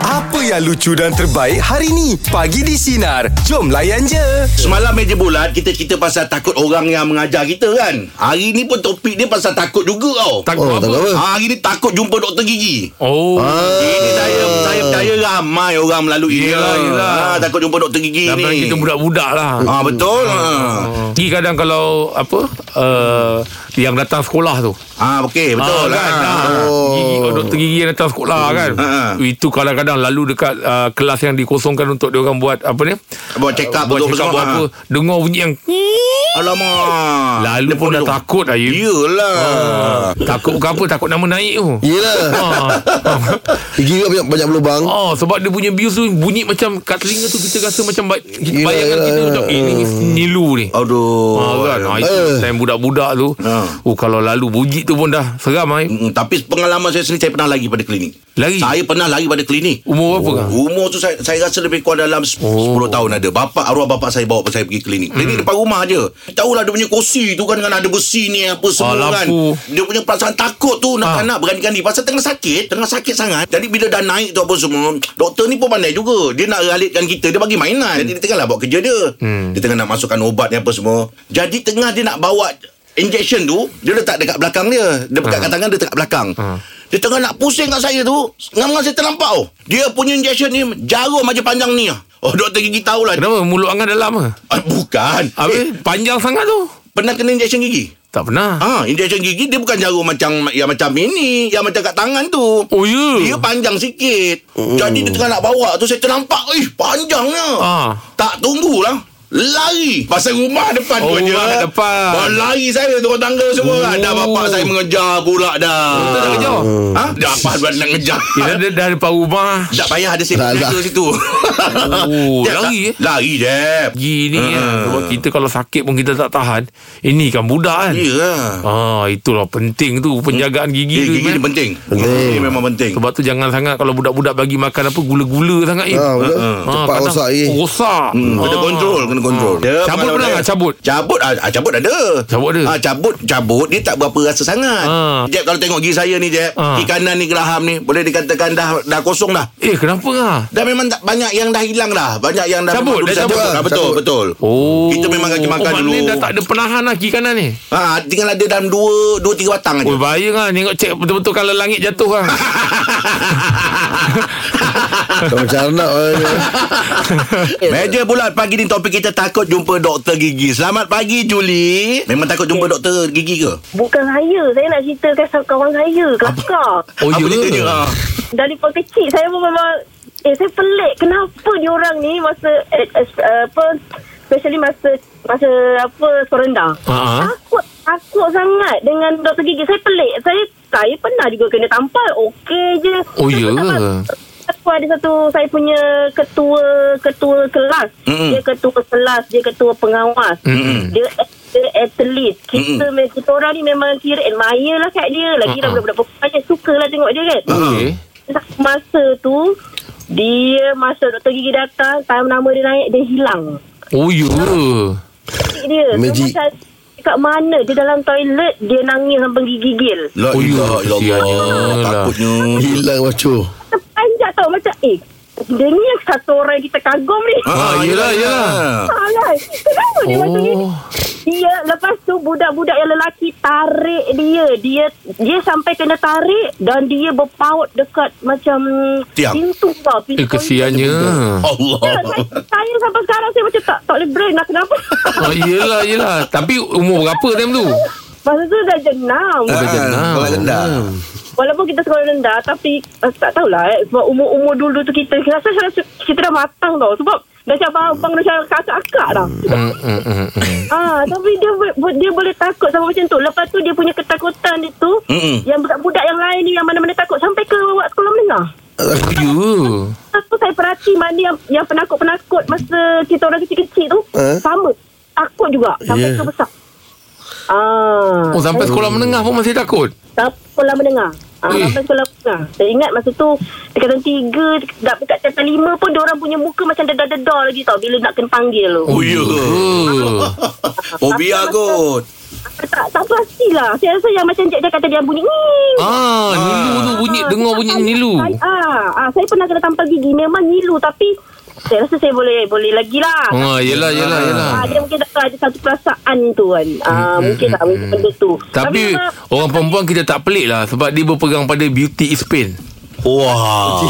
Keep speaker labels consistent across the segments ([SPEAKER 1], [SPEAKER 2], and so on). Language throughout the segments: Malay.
[SPEAKER 1] Apa yang lucu dan terbaik hari ni? Pagi di Sinar. Jom layan je.
[SPEAKER 2] Semalam meja bulat kita cerita pasal takut orang yang mengajar kita kan. Hari ni pun topik dia pasal takut juga tau.
[SPEAKER 3] Takut Oh, apa? takut apa?
[SPEAKER 2] Ha, hari ni takut jumpa doktor gigi.
[SPEAKER 4] Oh.
[SPEAKER 2] Ini Eh, saya saya percaya ramai orang melalui dia.
[SPEAKER 4] Yelah, yelah.
[SPEAKER 2] Ha, takut jumpa doktor gigi
[SPEAKER 4] Sampai
[SPEAKER 2] ni.
[SPEAKER 4] kita budak-budak lah.
[SPEAKER 2] Ha, betul. Ha,
[SPEAKER 4] Gigi kadang kalau apa uh, yang datang sekolah tu.
[SPEAKER 2] ha okey, betul
[SPEAKER 4] Ah,
[SPEAKER 2] kan.
[SPEAKER 4] Ah. Gigi oh, doktor gigi yang datang sekolah kan.
[SPEAKER 2] Ah.
[SPEAKER 4] Itu kadang-kadang lalu dekat uh, kelas yang dikosongkan untuk dia orang buat apa ni?
[SPEAKER 2] Buat check up
[SPEAKER 4] buat
[SPEAKER 2] betul
[SPEAKER 4] check up buat
[SPEAKER 2] Ah.
[SPEAKER 4] apa? Dengar bunyi yang
[SPEAKER 2] Alamak.
[SPEAKER 4] lalu
[SPEAKER 2] Dia Ya.
[SPEAKER 4] pun dah
[SPEAKER 2] duduk.
[SPEAKER 4] takut Ah. dah you.
[SPEAKER 2] Yelah.
[SPEAKER 4] Takut bukan apa takut nama naik tu.
[SPEAKER 3] Yelah
[SPEAKER 4] Ah.
[SPEAKER 3] Gigi kau banyak, banyak berlubang
[SPEAKER 4] Oh sebab dia punya bius tu bunyi macam kat telinga tu kita rasa macam ba- kita
[SPEAKER 3] Yelah,
[SPEAKER 4] bayangkan
[SPEAKER 3] yelah,
[SPEAKER 4] kita
[SPEAKER 3] yelah.
[SPEAKER 4] macam eh, ni nilu ni.
[SPEAKER 2] Aduh.
[SPEAKER 4] Oh, kan? Ha, itu
[SPEAKER 3] Eh.
[SPEAKER 4] time budak-budak tu.
[SPEAKER 2] Ah, Ha.
[SPEAKER 4] Oh, kalau lalu bunyi tu pun dah seram. Eh.
[SPEAKER 2] Mm, tapi pengalaman saya sendiri saya pernah lari pada klinik.
[SPEAKER 4] Lari?
[SPEAKER 2] Saya pernah lari pada klinik.
[SPEAKER 4] Umur berapa kan?
[SPEAKER 2] Umur tu saya, saya rasa lebih kurang dalam
[SPEAKER 4] Oh. Hmm.
[SPEAKER 2] oh. 10 tahun ada. Bapa arwah bapa saya bawa saya pergi klinik. Klinik depan rumah aje. Tahulah dia punya kursi tu kan dengan ada besi ni apa semua
[SPEAKER 4] Ah,
[SPEAKER 2] kan.
[SPEAKER 4] lampu.
[SPEAKER 2] Dia punya perasaan takut tu nak
[SPEAKER 4] Ah.
[SPEAKER 2] nak beranikan diri pasal tengah sakit, tengah sakit sangat. Jadi bila dah naik tu apa semua, doktor ni pun pandai juga. Dia nak ralitkan kita, dia bagi mainan. Jadi dia tengahlah buat kerja dia.
[SPEAKER 4] Hmm.
[SPEAKER 2] Dia tengah nak masukkan ubat ni apa semua. Jadi tengah dia nak bawa injection tu, dia letak dekat belakang dia. Dia
[SPEAKER 4] Ah.
[SPEAKER 2] pegang kat tangan dia dekat belakang. Dia tengah nak pusing kat saya tu Ngam-ngam saya terlampau Dia punya injection ni Jarum aja panjang ni Oh doktor gigi tahulah
[SPEAKER 4] Kenapa? Mulut angan dalam ke?
[SPEAKER 2] ah, Bukan
[SPEAKER 4] Habis
[SPEAKER 2] eh,
[SPEAKER 4] panjang sangat tu.
[SPEAKER 2] Pernah kena injection gigi?
[SPEAKER 4] Tak pernah.
[SPEAKER 2] Ha, injection gigi dia bukan jarum macam yang macam ini, yang macam kat tangan tu.
[SPEAKER 4] Oh, ya.
[SPEAKER 2] Dia panjang sikit. Mm. Jadi dia tengah nak bawa tu saya ternampak, eh panjangnya.
[SPEAKER 4] Ha.
[SPEAKER 2] Tak tunggulah. Lari Pasal rumah depan
[SPEAKER 4] Oh,
[SPEAKER 2] tu je
[SPEAKER 4] rumah kat depan.
[SPEAKER 2] Wah, Lari saya turun tangga semua kan Dah bapak saya mengejar pula dah
[SPEAKER 4] Betul Oh, tak kejar?
[SPEAKER 2] Ha? Dah apa nak ngejar
[SPEAKER 4] Kita dah, dah depan rumah.
[SPEAKER 2] Tak payah ada
[SPEAKER 3] Dah,
[SPEAKER 2] safety
[SPEAKER 3] dah.
[SPEAKER 2] dah. situ
[SPEAKER 4] Oh,
[SPEAKER 2] Jeb,
[SPEAKER 4] lari, eh?
[SPEAKER 2] Lari Jeb
[SPEAKER 4] Gini uh. kan.
[SPEAKER 2] Ha.
[SPEAKER 4] Sebab kita kalau sakit pun kita tak tahan. Ini kan budak kan?
[SPEAKER 2] Ya lah
[SPEAKER 4] Ah, itulah penting tu penjagaan gigi
[SPEAKER 2] Eh,
[SPEAKER 4] tu.
[SPEAKER 2] Gigi
[SPEAKER 4] man.
[SPEAKER 2] ni penting Gigi memang penting
[SPEAKER 4] Sebab tu jangan sangat kalau budak-budak bagi makan apa gula-gula sangat eh.
[SPEAKER 3] Ha, betul.
[SPEAKER 4] Ha,
[SPEAKER 3] Cepat
[SPEAKER 4] kadang
[SPEAKER 3] rosak lagi.
[SPEAKER 4] Rosak.
[SPEAKER 2] Hmm, kena
[SPEAKER 4] Ha.
[SPEAKER 2] kontrol, kena kontrol.
[SPEAKER 4] Dia Cabut pernah tak cabut?
[SPEAKER 2] Cabut ah, ah, cabut ada.
[SPEAKER 4] Cabut ada.
[SPEAKER 2] Ah cabut cabut dia tak berapa rasa sangat.
[SPEAKER 4] Ah.
[SPEAKER 2] Jeb kalau tengok gigi saya ni Jeb,
[SPEAKER 4] Ah.
[SPEAKER 2] gigi kanan ni geraham ni boleh dikatakan dah dah kosong dah.
[SPEAKER 4] Eh, kenapa ah?
[SPEAKER 2] Dah memang tak banyak yang dah hilang dah. Banyak yang dah
[SPEAKER 4] Cabut,
[SPEAKER 2] memang
[SPEAKER 4] dah
[SPEAKER 2] dah
[SPEAKER 4] cabut.
[SPEAKER 2] Ah, betul
[SPEAKER 3] Cabut.
[SPEAKER 2] betul.
[SPEAKER 4] Oh.
[SPEAKER 2] Kita memang kaki makan
[SPEAKER 4] oh,
[SPEAKER 2] dulu.
[SPEAKER 4] maknanya dah tak ada penahan lah kiri kanan ni.
[SPEAKER 2] Ha, tinggal ada dalam dua dua tiga batang aja.
[SPEAKER 4] Oh, bahaya kan. Tengok cek betul-betul kalau langit jatuh kan.
[SPEAKER 3] Kau macam anak eh.
[SPEAKER 2] Meja bulat pagi ni topik kita takut jumpa doktor gigi. Selamat pagi Juli. Memang takut jumpa doktor gigi ke?
[SPEAKER 5] Bukan saya. Saya nak ceritakan sama kawan saya. Kelakar.
[SPEAKER 4] Oh,
[SPEAKER 2] Apa
[SPEAKER 4] ya.
[SPEAKER 2] ceritanya? Ah.
[SPEAKER 5] Daripada kecil saya pun memang... Eh, saya pelik. Kenapa diorang ni masa... Eh, eh, apa... Especially masa... Masa apa... Sekolah rendah.
[SPEAKER 4] Ha.
[SPEAKER 5] Takut. Takut sangat dengan doktor gigi. Saya pelik. Saya... Saya pernah juga kena tampal. Okey je.
[SPEAKER 4] Oh, ya
[SPEAKER 5] Lepas tu
[SPEAKER 4] ke?
[SPEAKER 5] Aku ada satu saya punya ketua ketua kelas.
[SPEAKER 2] Mm-mm.
[SPEAKER 5] Mm-hmm. Dia ketua kelas, dia ketua pengawas. Mm-mm. Dia dia atlet. Kita mm kita orang ni memang kira admire lah kat dia. Lagi
[SPEAKER 4] Mm-mm.
[SPEAKER 5] uh-huh. budak-budak perempuan je suka lah tengok dia kan.
[SPEAKER 4] Okey.
[SPEAKER 5] Masa tu dia masa doktor gigi datang, time nama dia naik dia hilang.
[SPEAKER 4] Oh, ya.
[SPEAKER 5] Adik Dia tu
[SPEAKER 3] Magic.
[SPEAKER 5] macam kat mana dia dalam toilet dia nangis sampai gigil.
[SPEAKER 2] La
[SPEAKER 4] Oh, ya,
[SPEAKER 2] ilaha illallah.
[SPEAKER 4] kesiannya lah.
[SPEAKER 2] Takutnya.
[SPEAKER 3] Hilang macu
[SPEAKER 5] Terpanjat tau macam eh dia ni yang satu orang yang kita kagum ni.
[SPEAKER 2] Ha,
[SPEAKER 4] Ah, yelah, yelah.
[SPEAKER 5] Alah, kenapa dia macam ni?
[SPEAKER 4] Oh.
[SPEAKER 5] Dia lepas tu budak-budak yang lelaki tarik dia. Dia dia sampai kena tarik dan dia berpaut dekat macam
[SPEAKER 2] Tiang.
[SPEAKER 5] pintu tau. Pintu
[SPEAKER 4] Eh, kesiannya.
[SPEAKER 2] Allah.
[SPEAKER 5] Ya, saya, saya sampai sekarang saya macam tak tak boleh brain lah kenapa.
[SPEAKER 4] Oh, yelah, yelah. Tapi umur berapa time tu?
[SPEAKER 5] Masa tu dah jenam.
[SPEAKER 4] Oh, dah
[SPEAKER 2] Ah,
[SPEAKER 4] jenam.
[SPEAKER 2] sekolah rendah.
[SPEAKER 5] Walaupun kita sekolah rendah tapi uh, tak tahulah eh, sebab umur-umur dulu tu kita kita rasa rasa kita dah matang tau sebab dah macam abang dah macam kakak-kakak dah.
[SPEAKER 4] Hmm, hmm, hmm, hmm.
[SPEAKER 5] Ah, tapi dia bo- bo- dia boleh takut sama macam tu. Lepas tu dia punya ketakutan dia tu
[SPEAKER 2] Mm-mm.
[SPEAKER 5] yang budak-budak yang lain ni yang mana-mana takut sampai ke awak sekolah menengah.
[SPEAKER 4] Oh, ya.
[SPEAKER 5] Lepas tu saya perhati mana yang yang penakut-penakut masa kita orang kecil-kecil tu
[SPEAKER 3] Eh?
[SPEAKER 5] sama. Takut juga
[SPEAKER 3] Yeah.
[SPEAKER 5] sampai ke besar. Ah.
[SPEAKER 4] Oh, sampai sekolah menengah pun masih takut?
[SPEAKER 5] Sampai sekolah menengah. Ah,
[SPEAKER 4] Eh.
[SPEAKER 5] sampai sekolah menengah. Saya ingat masa tu dekatan tiga, dah dekat dekatan lima pun orang punya muka macam
[SPEAKER 4] Oh.
[SPEAKER 2] ya.
[SPEAKER 5] dedah-dedah lagi tau bila nak kena panggil tu.
[SPEAKER 2] Oh, ya ke?
[SPEAKER 4] Ya.
[SPEAKER 2] Fobia kot.
[SPEAKER 5] tak tak pastilah. Saya rasa yang macam Jack dia kata dia bunyi ni.
[SPEAKER 4] Ah, nilu tu bunyi dengar bunyi nilu.
[SPEAKER 5] Saya, ah, ah, saya pernah kena tampal gigi memang nilu tapi saya rasa saya boleh boleh lagi lah.
[SPEAKER 4] Ah, yelah yelah yelah.
[SPEAKER 5] Ah, dia mungkin tak ada satu perasaan tu kan. Ah, mungkin tak mungkin benda tu.
[SPEAKER 4] Tapi
[SPEAKER 5] memang-
[SPEAKER 4] orang perempuan kita tak pelik lah sebab dia berpegang pada beauty is pain.
[SPEAKER 2] Wah.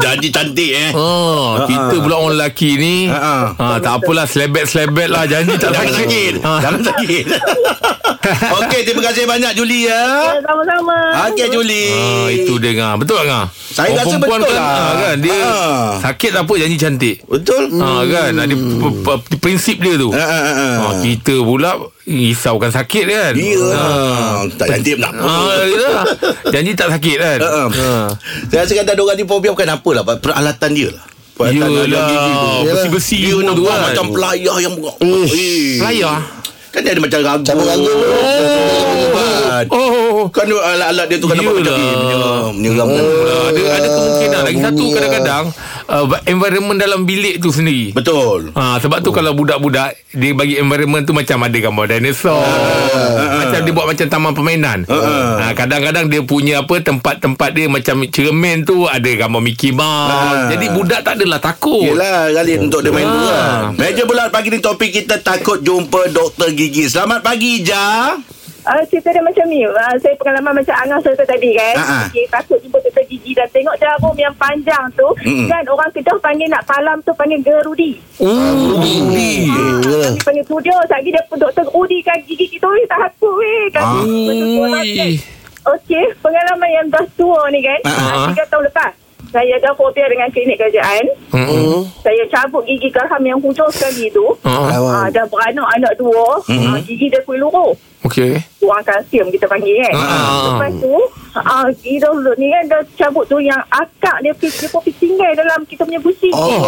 [SPEAKER 2] Jadi cantik eh.
[SPEAKER 4] Oh, kita pula orang lelaki ni
[SPEAKER 2] Ha,
[SPEAKER 4] ha, tak apalah selebet-selebet lah janji tak
[SPEAKER 2] Jangan sakit.
[SPEAKER 4] sakit. Ha.
[SPEAKER 2] Jangan sakit. Okey, terima kasih banyak Julie
[SPEAKER 5] Ya,
[SPEAKER 2] ya.
[SPEAKER 5] sama-sama.
[SPEAKER 2] Okey Julie.
[SPEAKER 4] Ah, itu dia ngah. Betul tak ngah?
[SPEAKER 2] Saya rasa betul
[SPEAKER 4] kan,
[SPEAKER 2] lah.
[SPEAKER 4] ah, kan dia
[SPEAKER 2] Ah.
[SPEAKER 4] sakit tak apa janji cantik.
[SPEAKER 2] Betul?
[SPEAKER 4] Ha kan ada p- p- p- prinsip dia tu.
[SPEAKER 2] Hmm. Ha, ha, ha, ha.
[SPEAKER 4] Ha, kita pula risaukan sakit kan.
[SPEAKER 2] Ya.
[SPEAKER 4] Ha.
[SPEAKER 2] Tak cantik nak.
[SPEAKER 4] Ha, yelah. janji tak sakit kan.
[SPEAKER 2] Ha. Saya rasa kata ada orang ni fobia bukan apa lah peralatan dia lah. Peralatan dalam gigi tu.
[SPEAKER 4] Yelah, besi-besi
[SPEAKER 2] Dia
[SPEAKER 4] semua tu
[SPEAKER 2] nampak
[SPEAKER 4] kan.
[SPEAKER 2] macam pelayar yang Eh.
[SPEAKER 4] Pelayar?
[SPEAKER 2] Kan dia ada macam ragu.
[SPEAKER 3] Cabut ragu.
[SPEAKER 2] Kan.
[SPEAKER 4] Oh, oh, oh.
[SPEAKER 2] Kan dia alat-alat dia tu kan nampak macam
[SPEAKER 4] Yelah.
[SPEAKER 2] eh, menyeram, menyeram.
[SPEAKER 4] Ah, ada ada kemungkinan lagi satu
[SPEAKER 3] bunyi, ah.
[SPEAKER 4] kadang-kadang uh, environment dalam bilik tu sendiri.
[SPEAKER 2] Betul.
[SPEAKER 4] Ha, sebab tu oh. kalau budak-budak dia bagi environment tu macam ada gambar dinosaur. macam dia buat macam taman permainan.
[SPEAKER 2] Ah.
[SPEAKER 4] Ha, kadang-kadang dia punya apa tempat-tempat dia macam cermin tu ada gambar Mickey Mouse.
[SPEAKER 2] Ah.
[SPEAKER 4] Jadi budak tak adalah takut.
[SPEAKER 2] Yelah Khalid untuk dia main
[SPEAKER 4] Ah.
[SPEAKER 2] tu kan Meja bulat pagi ni topik kita takut jumpa doktor gigi Selamat pagi Ija
[SPEAKER 5] Ah, cerita dia macam ni. Ah, saya pengalaman macam Angah cerita tadi kan.
[SPEAKER 4] Ah,
[SPEAKER 2] Ha, ha.
[SPEAKER 5] Okey, takut jumpa doktor gigi dan tengok jarum yang panjang tu.
[SPEAKER 2] Mm-mm.
[SPEAKER 5] Kan orang Kedah panggil nak palam tu panggil gerudi.
[SPEAKER 4] Ui.
[SPEAKER 5] Ah, kami panggil studio. Sekejap lagi dia pun doktor gerudi kan gigi kita. Weh, takut weh. Kan?
[SPEAKER 4] Ah.
[SPEAKER 5] Kami bertutur
[SPEAKER 4] Ui.
[SPEAKER 5] Okey, pengalaman yang dah tua ni kan.
[SPEAKER 4] Ha, ha.
[SPEAKER 5] uh Tiga tahun lepas. Saya dah fobia dengan klinik kerajaan.
[SPEAKER 4] Mm-mm.
[SPEAKER 5] Saya cabut gigi gerham yang hujung sekali tu.
[SPEAKER 4] Ah,
[SPEAKER 5] Ah,
[SPEAKER 3] Awang.
[SPEAKER 5] dah beranak anak dua. Ah, gigi dia kuluruh.
[SPEAKER 4] Okey.
[SPEAKER 5] Orang kalsium kita panggil kan.
[SPEAKER 4] Ah.
[SPEAKER 5] Lepas tu, ah, gigi dahulu ni kan dah cabut tu yang akak dia, pi- dia pun tinggal dalam kita punya gusi.
[SPEAKER 4] Oh,
[SPEAKER 2] Oh,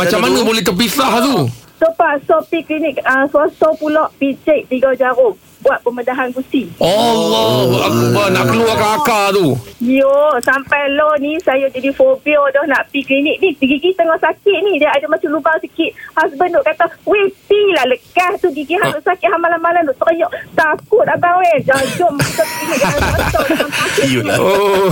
[SPEAKER 2] pada
[SPEAKER 4] macam
[SPEAKER 2] dulu.
[SPEAKER 4] mana boleh terpisah tu?
[SPEAKER 5] Lepas so pergi klinik ah, swasta pula pijik tiga jarum. Buat pembedahan gusi.
[SPEAKER 4] Allah akbar nak keluar kakak tu.
[SPEAKER 5] Yo, sampai lo ni saya jadi fobia dah nak pergi klinik ni. Gigi tengah sakit ni. Dia ada macam lubang sikit. Husband duk kata, weh, pi lah lekas tu gigi hang duk sakit. Hang malam-malam duk teriak. Takut abang weh. Jangan jom kita pergi klinik. Jangan kosong, jangan sakit.
[SPEAKER 2] Iyalah.
[SPEAKER 4] Oh.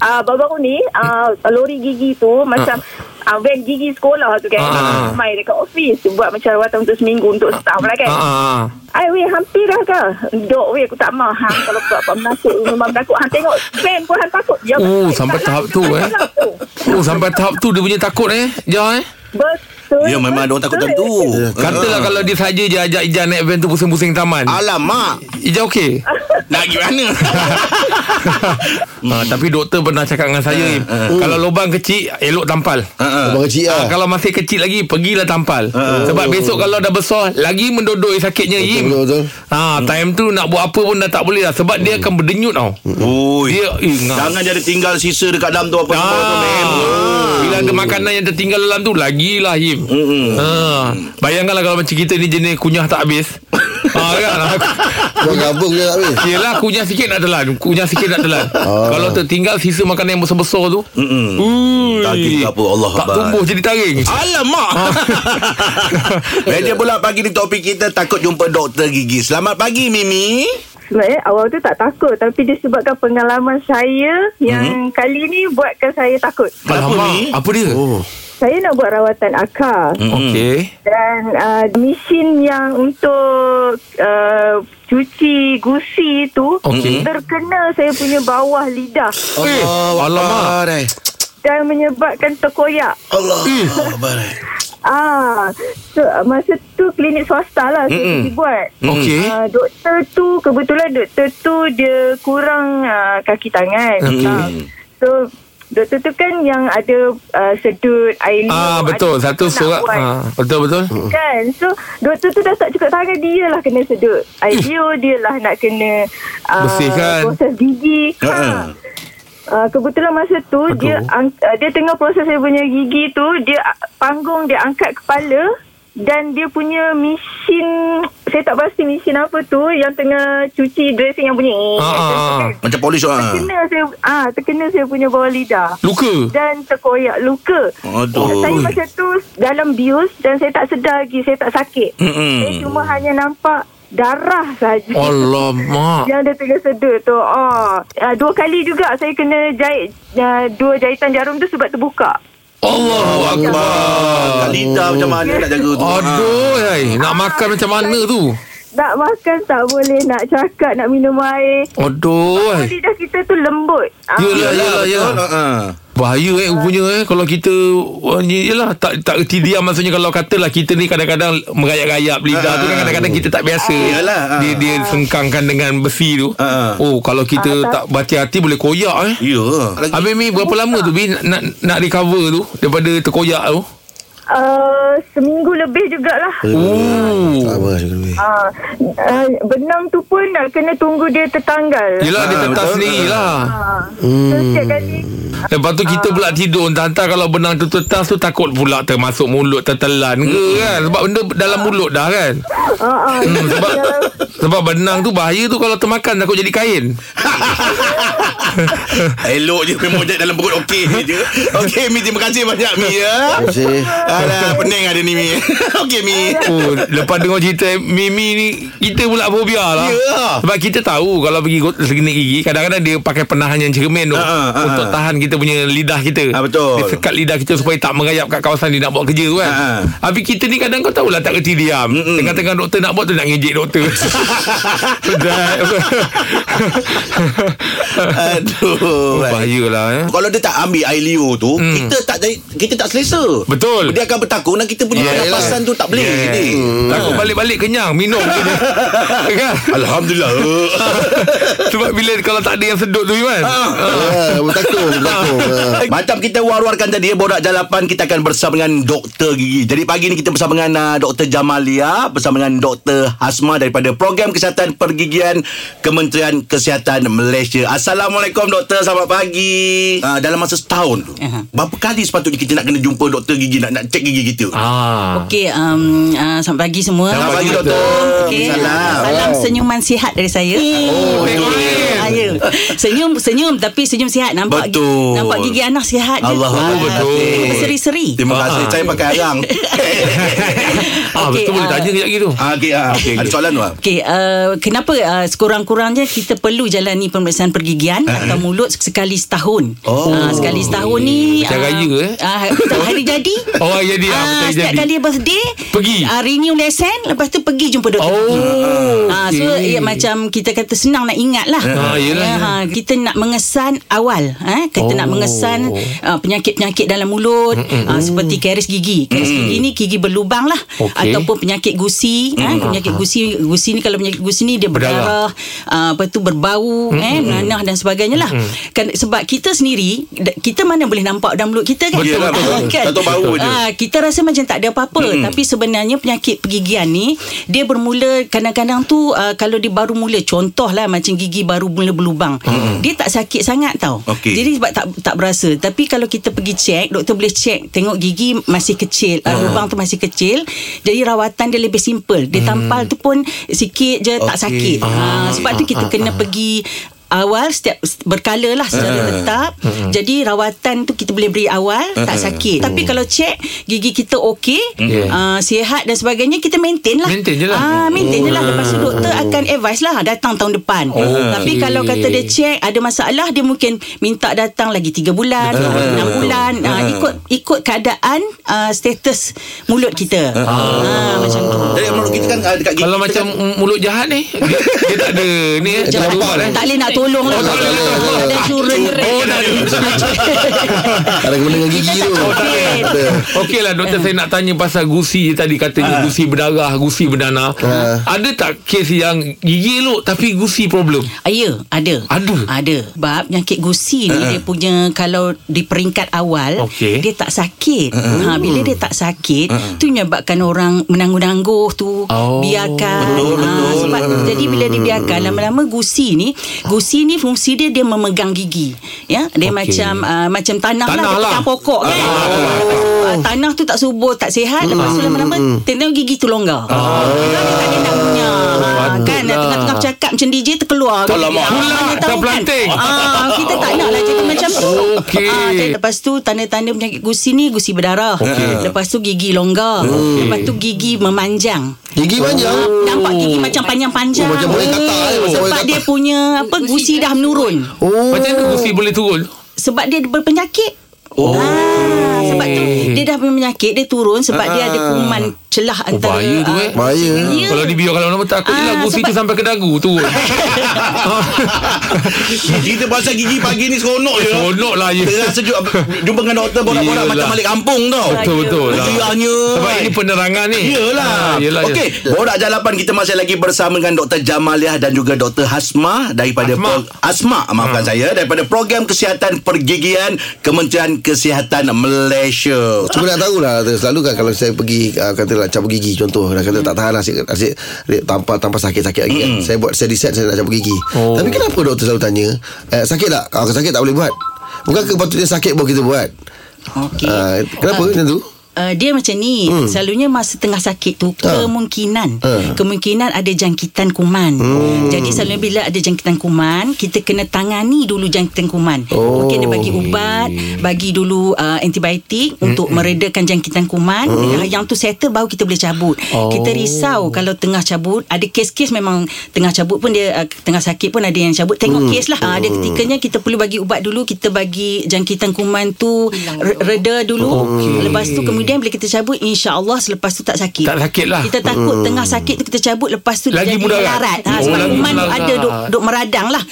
[SPEAKER 5] Ah, baru-baru ni, ah, lori gigi tu macam... Ah, van gigi sekolah tu kan
[SPEAKER 4] Ah, ah, ah.
[SPEAKER 5] ah. Main dekat office Buat macam rawatan untuk seminggu Untuk staff lah kan
[SPEAKER 4] Ha ah.
[SPEAKER 5] Ai weh hampir dah ke? Dok weh aku tak mau hang kalau buat buat menakut memang menakut. Hang tengok fan pun hang takut. Ya,
[SPEAKER 4] Oh,
[SPEAKER 5] betul.
[SPEAKER 4] sampai
[SPEAKER 5] Tak
[SPEAKER 4] tahap
[SPEAKER 5] lah,
[SPEAKER 4] tu,
[SPEAKER 5] tak
[SPEAKER 4] eh.
[SPEAKER 5] lah tu.
[SPEAKER 4] Oh sampai tahap tu dia punya takut eh. Jah eh.
[SPEAKER 5] Betul.
[SPEAKER 2] Ya memang ada orang takut macam tu
[SPEAKER 4] Katalah
[SPEAKER 2] Ah.
[SPEAKER 4] kalau dia saja je ajak Ijah naik van tu pusing-pusing taman.
[SPEAKER 2] Alamak
[SPEAKER 4] Ijah okey.
[SPEAKER 2] Hmm. Nak pergi mana
[SPEAKER 4] Ha, tapi doktor pernah cakap dengan saya Im,
[SPEAKER 3] Ah,
[SPEAKER 4] Kalau lubang kecil Elok tampal
[SPEAKER 2] Ha, ha.
[SPEAKER 3] Abang kecil
[SPEAKER 4] ha,
[SPEAKER 3] lah.
[SPEAKER 4] Kalau masih kecil lagi Pergilah tampal Sebab besok kalau dah besar Lagi mendodoi sakitnya Im
[SPEAKER 3] Ah, Betul, betul. Hmm.
[SPEAKER 4] Ha, Time tu nak buat apa pun Dah tak boleh lah Sebab dia akan berdenyut tau
[SPEAKER 2] Ui.
[SPEAKER 4] Dia ingat
[SPEAKER 2] Jangan jadi tinggal sisa dekat dalam tu apa semua tu memang.
[SPEAKER 4] Ah, bila ada makanan yang tertinggal dalam tu Lagilah Him ha, Bayangkanlah kalau macam kita ni Jenis kunyah tak habis ha, kan?
[SPEAKER 3] Abang gabung je tak habis.
[SPEAKER 4] Yelah kunyah sikit nak telan Kunyah sikit nak telan
[SPEAKER 3] Ah.
[SPEAKER 4] Kalau tertinggal sisa makanan yang besar-besar tu Ui,
[SPEAKER 2] Daging Hmm. tak apa, Allah
[SPEAKER 4] Tak
[SPEAKER 2] abad.
[SPEAKER 4] tumbuh jadi taring
[SPEAKER 2] Alamak Meja pula pagi ni topik kita Takut jumpa doktor gigi Selamat pagi Mimi
[SPEAKER 5] Sebenarnya eh, awal tu tak takut tapi disebabkan pengalaman saya
[SPEAKER 2] Mhm.
[SPEAKER 5] yang kali ni buatkan saya takut.
[SPEAKER 2] Kenapa, Mi?
[SPEAKER 4] Alamak Apa dia? Eh? Oh.
[SPEAKER 5] Saya nak buat rawatan akar
[SPEAKER 4] Okey
[SPEAKER 5] dan uh, mesin yang untuk uh, cuci gusi tu
[SPEAKER 4] Okey.
[SPEAKER 5] terkena saya punya bawah lidah
[SPEAKER 4] Eh, Alamak
[SPEAKER 2] Alamak
[SPEAKER 5] dan menyebabkan terkoyak.
[SPEAKER 2] Allah Akbar.
[SPEAKER 5] Ah, so, ah, masa tu klinik swasta lah saya
[SPEAKER 2] Mm-mm.
[SPEAKER 5] pergi buat.
[SPEAKER 2] Hmm.
[SPEAKER 4] Okey
[SPEAKER 5] Ah, doktor tu kebetulan doktor tu dia kurang ah, kaki tangan.
[SPEAKER 4] Mm-mm.
[SPEAKER 5] Ah, so doktor tu kan yang ada ah, sedut air liur.
[SPEAKER 4] Ah betul
[SPEAKER 5] ada
[SPEAKER 4] satu
[SPEAKER 5] nak
[SPEAKER 4] surat
[SPEAKER 5] buat,
[SPEAKER 4] ah, betul betul.
[SPEAKER 2] Hmm.
[SPEAKER 5] Kan So Doktor tu dah tak cukup tangan Dia lah kena sedut Air liur Dia lah nak kena ah,
[SPEAKER 4] Bersihkan.
[SPEAKER 5] Proses gigi
[SPEAKER 2] Ha-ha.
[SPEAKER 5] ha. Uh, kebetulan masa tu
[SPEAKER 4] Aduh.
[SPEAKER 5] dia ang, uh, dia tengah proses saya punya gigi tu dia uh, panggung dia angkat kepala dan dia punya mesin saya tak pasti mesin apa tu yang tengah cuci dressing yang bunyi.
[SPEAKER 4] Ah, ah, ah.
[SPEAKER 2] Macam polis orang
[SPEAKER 5] Terkena saya ah terkena saya punya bawah lidah
[SPEAKER 4] Luka.
[SPEAKER 5] dan terkoyak luka.
[SPEAKER 2] Aduh.
[SPEAKER 5] Saya
[SPEAKER 4] Hmm.
[SPEAKER 5] masa tu dalam bius dan saya tak sedar lagi saya tak sakit. Mm-mm. Saya cuma Eh, hanya nampak darah saja.
[SPEAKER 4] Oh. Alamak.
[SPEAKER 5] Yang dia tengah sedut tu. Ah, ah, dua kali juga saya kena jahit ah, dua jahitan jarum tu sebab terbuka.
[SPEAKER 4] Allahu akbar.
[SPEAKER 2] Kalita Ah, macam mana nak jaga tu? Ah.
[SPEAKER 4] Aduh, hai. nak makan macam mana tu?
[SPEAKER 5] Nak makan tak boleh, nak cakap, nak minum air.
[SPEAKER 4] Aduh, hai.
[SPEAKER 5] Lidah kita tu lembut.
[SPEAKER 2] Ha.
[SPEAKER 5] Ah,
[SPEAKER 4] Eh. Yelah,
[SPEAKER 2] Yalah,
[SPEAKER 4] yelah,
[SPEAKER 2] betul.
[SPEAKER 4] yelah.
[SPEAKER 2] Ha.
[SPEAKER 4] Bahaya eh rupanya eh Kalau kita uh, Yelah tak, tak reti diam Maksudnya kalau katalah Kita ni kadang-kadang Merayap-rayap lidah tu kan Kadang-kadang kita tak biasa
[SPEAKER 2] Ah.
[SPEAKER 4] eh.
[SPEAKER 2] Yalah, ah.
[SPEAKER 4] Dia dia sengkangkan dengan besi tu
[SPEAKER 2] Ah.
[SPEAKER 4] Oh kalau kita tak berhati-hati Boleh koyak eh
[SPEAKER 2] Ya.
[SPEAKER 4] Habis Mi berapa lama tu Mi nak, nak, nak recover tu Daripada terkoyak tu
[SPEAKER 5] ah, seminggu lebih jugalah.
[SPEAKER 4] Oh
[SPEAKER 3] Sama sekali.
[SPEAKER 5] Ah, ah, benang tu pun nak kena tunggu dia tertanggal.
[SPEAKER 4] Yelah dia
[SPEAKER 2] Ah,
[SPEAKER 4] tetap
[SPEAKER 2] betul.
[SPEAKER 4] sendiri lah
[SPEAKER 5] Ah, so, setiap kali
[SPEAKER 4] Lepas tu kita pula tidur Entah-entah kalau benang tu tertas tu Takut pula termasuk mulut tertelan ke kan Sebab benda dalam mulut dah kan
[SPEAKER 5] Ah, ah,
[SPEAKER 4] Hmm, sebab sebab benang tu bahaya tu kalau termakan takut jadi kain.
[SPEAKER 2] Elok je memang jahit dalam perut okey je. Okey Mi terima kasih banyak Mi ya.
[SPEAKER 3] Terima kasih.
[SPEAKER 2] Alah pening ada ni Mi. Okey Mi.
[SPEAKER 4] Oh, lepas dengar cerita Mimi ni kita pula fobia lah.
[SPEAKER 2] Ya.
[SPEAKER 4] Sebab kita tahu kalau pergi go- segenik gigi kadang-kadang dia pakai penahan yang cermin tu
[SPEAKER 2] Ha, ha, ha.
[SPEAKER 4] untuk tahan kita punya lidah kita.
[SPEAKER 2] Ha, betul.
[SPEAKER 4] Dia sekat lidah kita supaya tak merayap kat kawasan dia nak buat kerja tu kan.
[SPEAKER 2] Ha,
[SPEAKER 4] Habis kita ni kadang kau tahulah tak reti diam.
[SPEAKER 2] Mm-mm.
[SPEAKER 4] Tengah-tengah doktor nak buat tu nak ngejek doktor. Sedap.
[SPEAKER 2] Aduh.
[SPEAKER 4] Bahayalah eh.
[SPEAKER 2] Kalau dia tak ambil air liur tu hmm. Kita tak jadi Kita tak selesa
[SPEAKER 4] Betul.
[SPEAKER 2] Dia akan bertakung Dan kita punya yeah,
[SPEAKER 4] Yelah.
[SPEAKER 2] nafasan tu tak boleh yeah. jadi
[SPEAKER 4] Hmm. Takut balik-balik kenyang Minum je dia. kan?
[SPEAKER 2] Alhamdulillah
[SPEAKER 4] Sebab bila Kalau tak ada yang sedut tu Iman
[SPEAKER 3] Ya, bertakung, bertakung. Ha.
[SPEAKER 2] Macam kita war-warkan tadi Borak Jalapan Kita akan bersama dengan Doktor Gigi Jadi pagi ni kita bersama dengan uh, Doktor Jamalia Bersama dengan Doktor Hasma Daripada Program Kesihatan Pergigian Kementerian Kesihatan Malaysia Assalamualaikum Doktor Selamat pagi uh, Dalam masa setahun tu Berapa kali sepatutnya kita nak kena jumpa Doktor Gigi Nak, nak cek gigi kita
[SPEAKER 4] Ah.
[SPEAKER 6] Okey, um, uh, selamat pagi semua.
[SPEAKER 2] Selamat pagi
[SPEAKER 4] Doktor.
[SPEAKER 2] Doktor
[SPEAKER 6] Okey. Salam. Salam senyuman sihat dari saya. Oh, saya. Senyum senyum tapi senyum sihat nampak gi-
[SPEAKER 2] Betul.
[SPEAKER 6] nampak gigi anak sihat je.
[SPEAKER 2] Allah
[SPEAKER 6] Ah,
[SPEAKER 2] betul.
[SPEAKER 6] Berseri-seri.
[SPEAKER 2] Terima kasih. Saya pakai arang.
[SPEAKER 4] Ah,
[SPEAKER 6] Okey,
[SPEAKER 4] betul boleh
[SPEAKER 6] ah.
[SPEAKER 4] tanya kejap gitu.
[SPEAKER 2] Ah, Okey, ah, okey. Ada soalan tu? ah?
[SPEAKER 6] Okey, uh, kenapa uh, sekurang-kurangnya kita perlu jalani pemeriksaan pergigian
[SPEAKER 4] Eh,
[SPEAKER 6] atau mulut sekali setahun.
[SPEAKER 2] Oh.
[SPEAKER 6] Ah, sekali setahun ni
[SPEAKER 4] Macam raya, eh?
[SPEAKER 6] ah, betul, hari jadi.
[SPEAKER 4] Oh, hari jadi, ah, betul, hari
[SPEAKER 6] setiap
[SPEAKER 4] jadi.
[SPEAKER 6] kali birthday
[SPEAKER 4] Pergi.
[SPEAKER 6] ah, renew lesen lepas tu pergi jumpa doktor.
[SPEAKER 4] Oh,
[SPEAKER 6] Ah, so
[SPEAKER 4] okey.
[SPEAKER 6] ya, macam kita kata senang nak ingat lah.
[SPEAKER 4] Ah, yelah,
[SPEAKER 6] Ya,
[SPEAKER 4] yelah.
[SPEAKER 6] ha, kita nak mengesan awal. Eh? Kita
[SPEAKER 4] Oh.
[SPEAKER 6] oh. nak mengesan ah, penyakit-penyakit dalam mulut ah, seperti karies gigi. Karies gigi ni gigi berlubang lah.
[SPEAKER 4] Okey.
[SPEAKER 6] Ataupun penyakit gusi. Eh? Penyakit gusi gusi ni kalau penyakit gusi ni dia
[SPEAKER 4] Berdarah.
[SPEAKER 6] berdarah. ah, apa tu berbau. Eh? Nanah dan sebagainya lah. Kan, sebab kita sendiri da- kita mana boleh nampak dalam mulut kita kan?
[SPEAKER 2] Betul,
[SPEAKER 4] lah,
[SPEAKER 6] Ah,
[SPEAKER 2] betul, betul.
[SPEAKER 6] kan?
[SPEAKER 2] Tak tahu bau je.
[SPEAKER 6] Ah, kita rasa macam tak ada apa-apa hmm. tapi sebenarnya penyakit pergigian ni dia bermula kadang-kadang tu uh, kalau dia baru mula contohlah macam gigi baru mula berlubang hmm. dia tak sakit sangat tau
[SPEAKER 2] Okey.
[SPEAKER 6] jadi sebab tak tak berasa tapi kalau kita pergi cek doktor boleh cek tengok gigi masih kecil uh, lubang tu masih kecil jadi rawatan dia lebih simple dia tampal tu pun sikit je tak sakit Mm. ah, sebab tu kita kena pergi awal setiap berkala lah secara tetap jadi rawatan tu kita boleh beri awal tak sakit tapi kalau cek gigi kita okey
[SPEAKER 4] Yeah.
[SPEAKER 6] uh, sihat dan sebagainya kita maintain lah
[SPEAKER 4] Maintain je lah.
[SPEAKER 6] ah, maintain je lah lepas tu doktor akan advise lah datang tahun depan
[SPEAKER 4] Oh,
[SPEAKER 6] tapi kalau kata dia cek ada masalah dia mungkin minta datang lagi 3 bulan 6 bulan Ah, ikut ikut keadaan uh, status mulut kita Ah, macam tu
[SPEAKER 4] Eh,
[SPEAKER 2] Jadi menurut kita kan ah, dekat gigi
[SPEAKER 4] Kalau
[SPEAKER 2] kita
[SPEAKER 4] macam
[SPEAKER 2] kan-
[SPEAKER 4] mm, mulut jahat ni dia, dia tak ada ni eh,
[SPEAKER 6] Jangan-
[SPEAKER 4] keluar, eh.
[SPEAKER 6] tak boleh nak tolong lah.
[SPEAKER 4] Oh, tak boleh.
[SPEAKER 6] Ada surun.
[SPEAKER 4] Oh, tak
[SPEAKER 3] Ada kena dengan gigi tu.
[SPEAKER 6] Oh, tak ada.
[SPEAKER 3] Ada.
[SPEAKER 4] Okey lah doktor saya nak tanya pasal gusi je tadi katanya gusi berdarah, gusi berdanah. Ada tak kes yang gigi elok tapi gusi problem?
[SPEAKER 6] Ah, Ya, ada.
[SPEAKER 4] Ada? Eh,
[SPEAKER 6] Ada. Sebab penyakit gusi ni dia punya kalau di peringkat awal
[SPEAKER 4] Okey. Eh,
[SPEAKER 6] dia tak sakit. Ha bila dia tak sakit tu menyebabkan orang menangguh-nangguh tu
[SPEAKER 4] Oh. Hmm.
[SPEAKER 6] biarkan. Betul, betul. sebab jadi bila dibiarkan lama-lama gusi ni gusi ni fungsi dia dia memegang gigi. Ya, dia
[SPEAKER 4] Okey.
[SPEAKER 6] macam uh, macam tanah,
[SPEAKER 4] Tanah
[SPEAKER 6] lah, dia
[SPEAKER 4] lah.
[SPEAKER 6] tekan pokok kan. Ah,
[SPEAKER 4] Hmm.
[SPEAKER 6] tanah tu tak subur, tak sihat, lepas tu lama-lama tendang gigi tu longgar. Ah. Dia tak boleh nak punya. Ah, kan
[SPEAKER 4] patutlah.
[SPEAKER 6] tengah-tengah bercakap macam DJ terkeluar kan.
[SPEAKER 4] Alamak.
[SPEAKER 6] Ah,
[SPEAKER 4] Pula,
[SPEAKER 6] mana tahu
[SPEAKER 4] terpelanting.
[SPEAKER 6] kan. Ah, kita tak nak lah jadi macam tu.
[SPEAKER 4] Okey.
[SPEAKER 6] Ah, jadi lepas tu tanda-tanda penyakit gusi ni gusi berdarah.
[SPEAKER 4] Okey.
[SPEAKER 6] Lepas tu gigi longgar. Lepas tu gigi memanjang.
[SPEAKER 3] Gigi panjang.
[SPEAKER 6] Ah, Nampak gigi macam panjang-panjang.
[SPEAKER 3] Oh, macam boleh tatar, eh, macam boleh
[SPEAKER 6] Sebab dia punya apa gusi dah menurun.
[SPEAKER 3] Oh.
[SPEAKER 4] Macam mana kursi boleh turun?
[SPEAKER 6] Sebab dia berpenyakit. Oh. Ah, sebab tu dia dah punya penyakit dia turun sebab dia ada kuman celah antara.
[SPEAKER 4] bahaya tu,
[SPEAKER 6] ah,
[SPEAKER 4] eh.
[SPEAKER 3] Bahaya.
[SPEAKER 6] Ya.
[SPEAKER 4] Kalau dibiarkan lama-lama takut
[SPEAKER 6] Ah,
[SPEAKER 4] lah kursi tu
[SPEAKER 6] sebab-
[SPEAKER 4] sampai ke dagu turun.
[SPEAKER 2] Cerita pasal gigi pagi ni seronok je.
[SPEAKER 4] Seronok lah ya.
[SPEAKER 2] Tengah sejuk Jumpa dengan doktor Borak-borak
[SPEAKER 4] Yelah.
[SPEAKER 2] macam balik kampung tau
[SPEAKER 4] Betul-betul lah.
[SPEAKER 2] Gerianya
[SPEAKER 4] Sebab ini penerangan ni.
[SPEAKER 2] Yelah.
[SPEAKER 4] Ah, yelah.
[SPEAKER 2] Okey, Borak Jalapan kita masih lagi bersama dengan Dr. Jamaliah dan juga Dr. Hasma daripada
[SPEAKER 4] Asma.
[SPEAKER 2] pro- Asma
[SPEAKER 4] Ah.
[SPEAKER 2] maafkan saya daripada program kesihatan pergigian Kementerian Kesihatan Malaysia.
[SPEAKER 3] Cuma nak tahulah Selalu kan kalau saya pergi uh, Kata nak cabut gigi Contoh Dah kata tak tahan lah, Asyik, asyik tanpa, tanpa sakit-sakit lagi kan Saya buat Saya decide saya nak cabut gigi
[SPEAKER 4] Oh.
[SPEAKER 3] oh. Tapi kenapa doktor selalu tanya eh, Sakit tak? Ah, Kalau sakit tak boleh buat Bukan ke patutnya sakit baru kita buat
[SPEAKER 6] Okey.
[SPEAKER 3] Ah, Kenapa macam tu?
[SPEAKER 6] Uh, dia macam ni hmm. Selalunya masa tengah sakit tu
[SPEAKER 3] Ah.
[SPEAKER 6] Kemungkinan
[SPEAKER 3] Ah.
[SPEAKER 6] Kemungkinan ada jangkitan kuman hmm. Jadi selalunya bila ada jangkitan kuman Kita kena tangani dulu jangkitan kuman
[SPEAKER 3] Oh.
[SPEAKER 6] Mungkin dia bagi ubat Bagi dulu uh, antibiotik Untuk meredakan jangkitan kuman Bila Yang tu settle baru kita boleh cabut
[SPEAKER 4] Oh.
[SPEAKER 6] Kita risau kalau tengah cabut Ada kes-kes memang tengah cabut pun dia uh, Tengah sakit pun ada yang cabut Tengok kes lah uh, Ada ketikanya kita perlu bagi ubat dulu Kita bagi jangkitan kuman tu re- Reda dulu okay. Lepas tu kemudian bila kita cabut InsyaAllah selepas tu tak sakit
[SPEAKER 4] Tak sakit lah.
[SPEAKER 6] Kita takut hmm. tengah sakit tu kita cabut Lepas tu dia
[SPEAKER 4] Lagi
[SPEAKER 6] jadi
[SPEAKER 4] mudarat.
[SPEAKER 6] melarat ha,
[SPEAKER 4] Oh,
[SPEAKER 6] Sebab
[SPEAKER 4] lagi Hmm.
[SPEAKER 6] kuman tu
[SPEAKER 4] melarat.
[SPEAKER 6] ada duk, duk meradang lah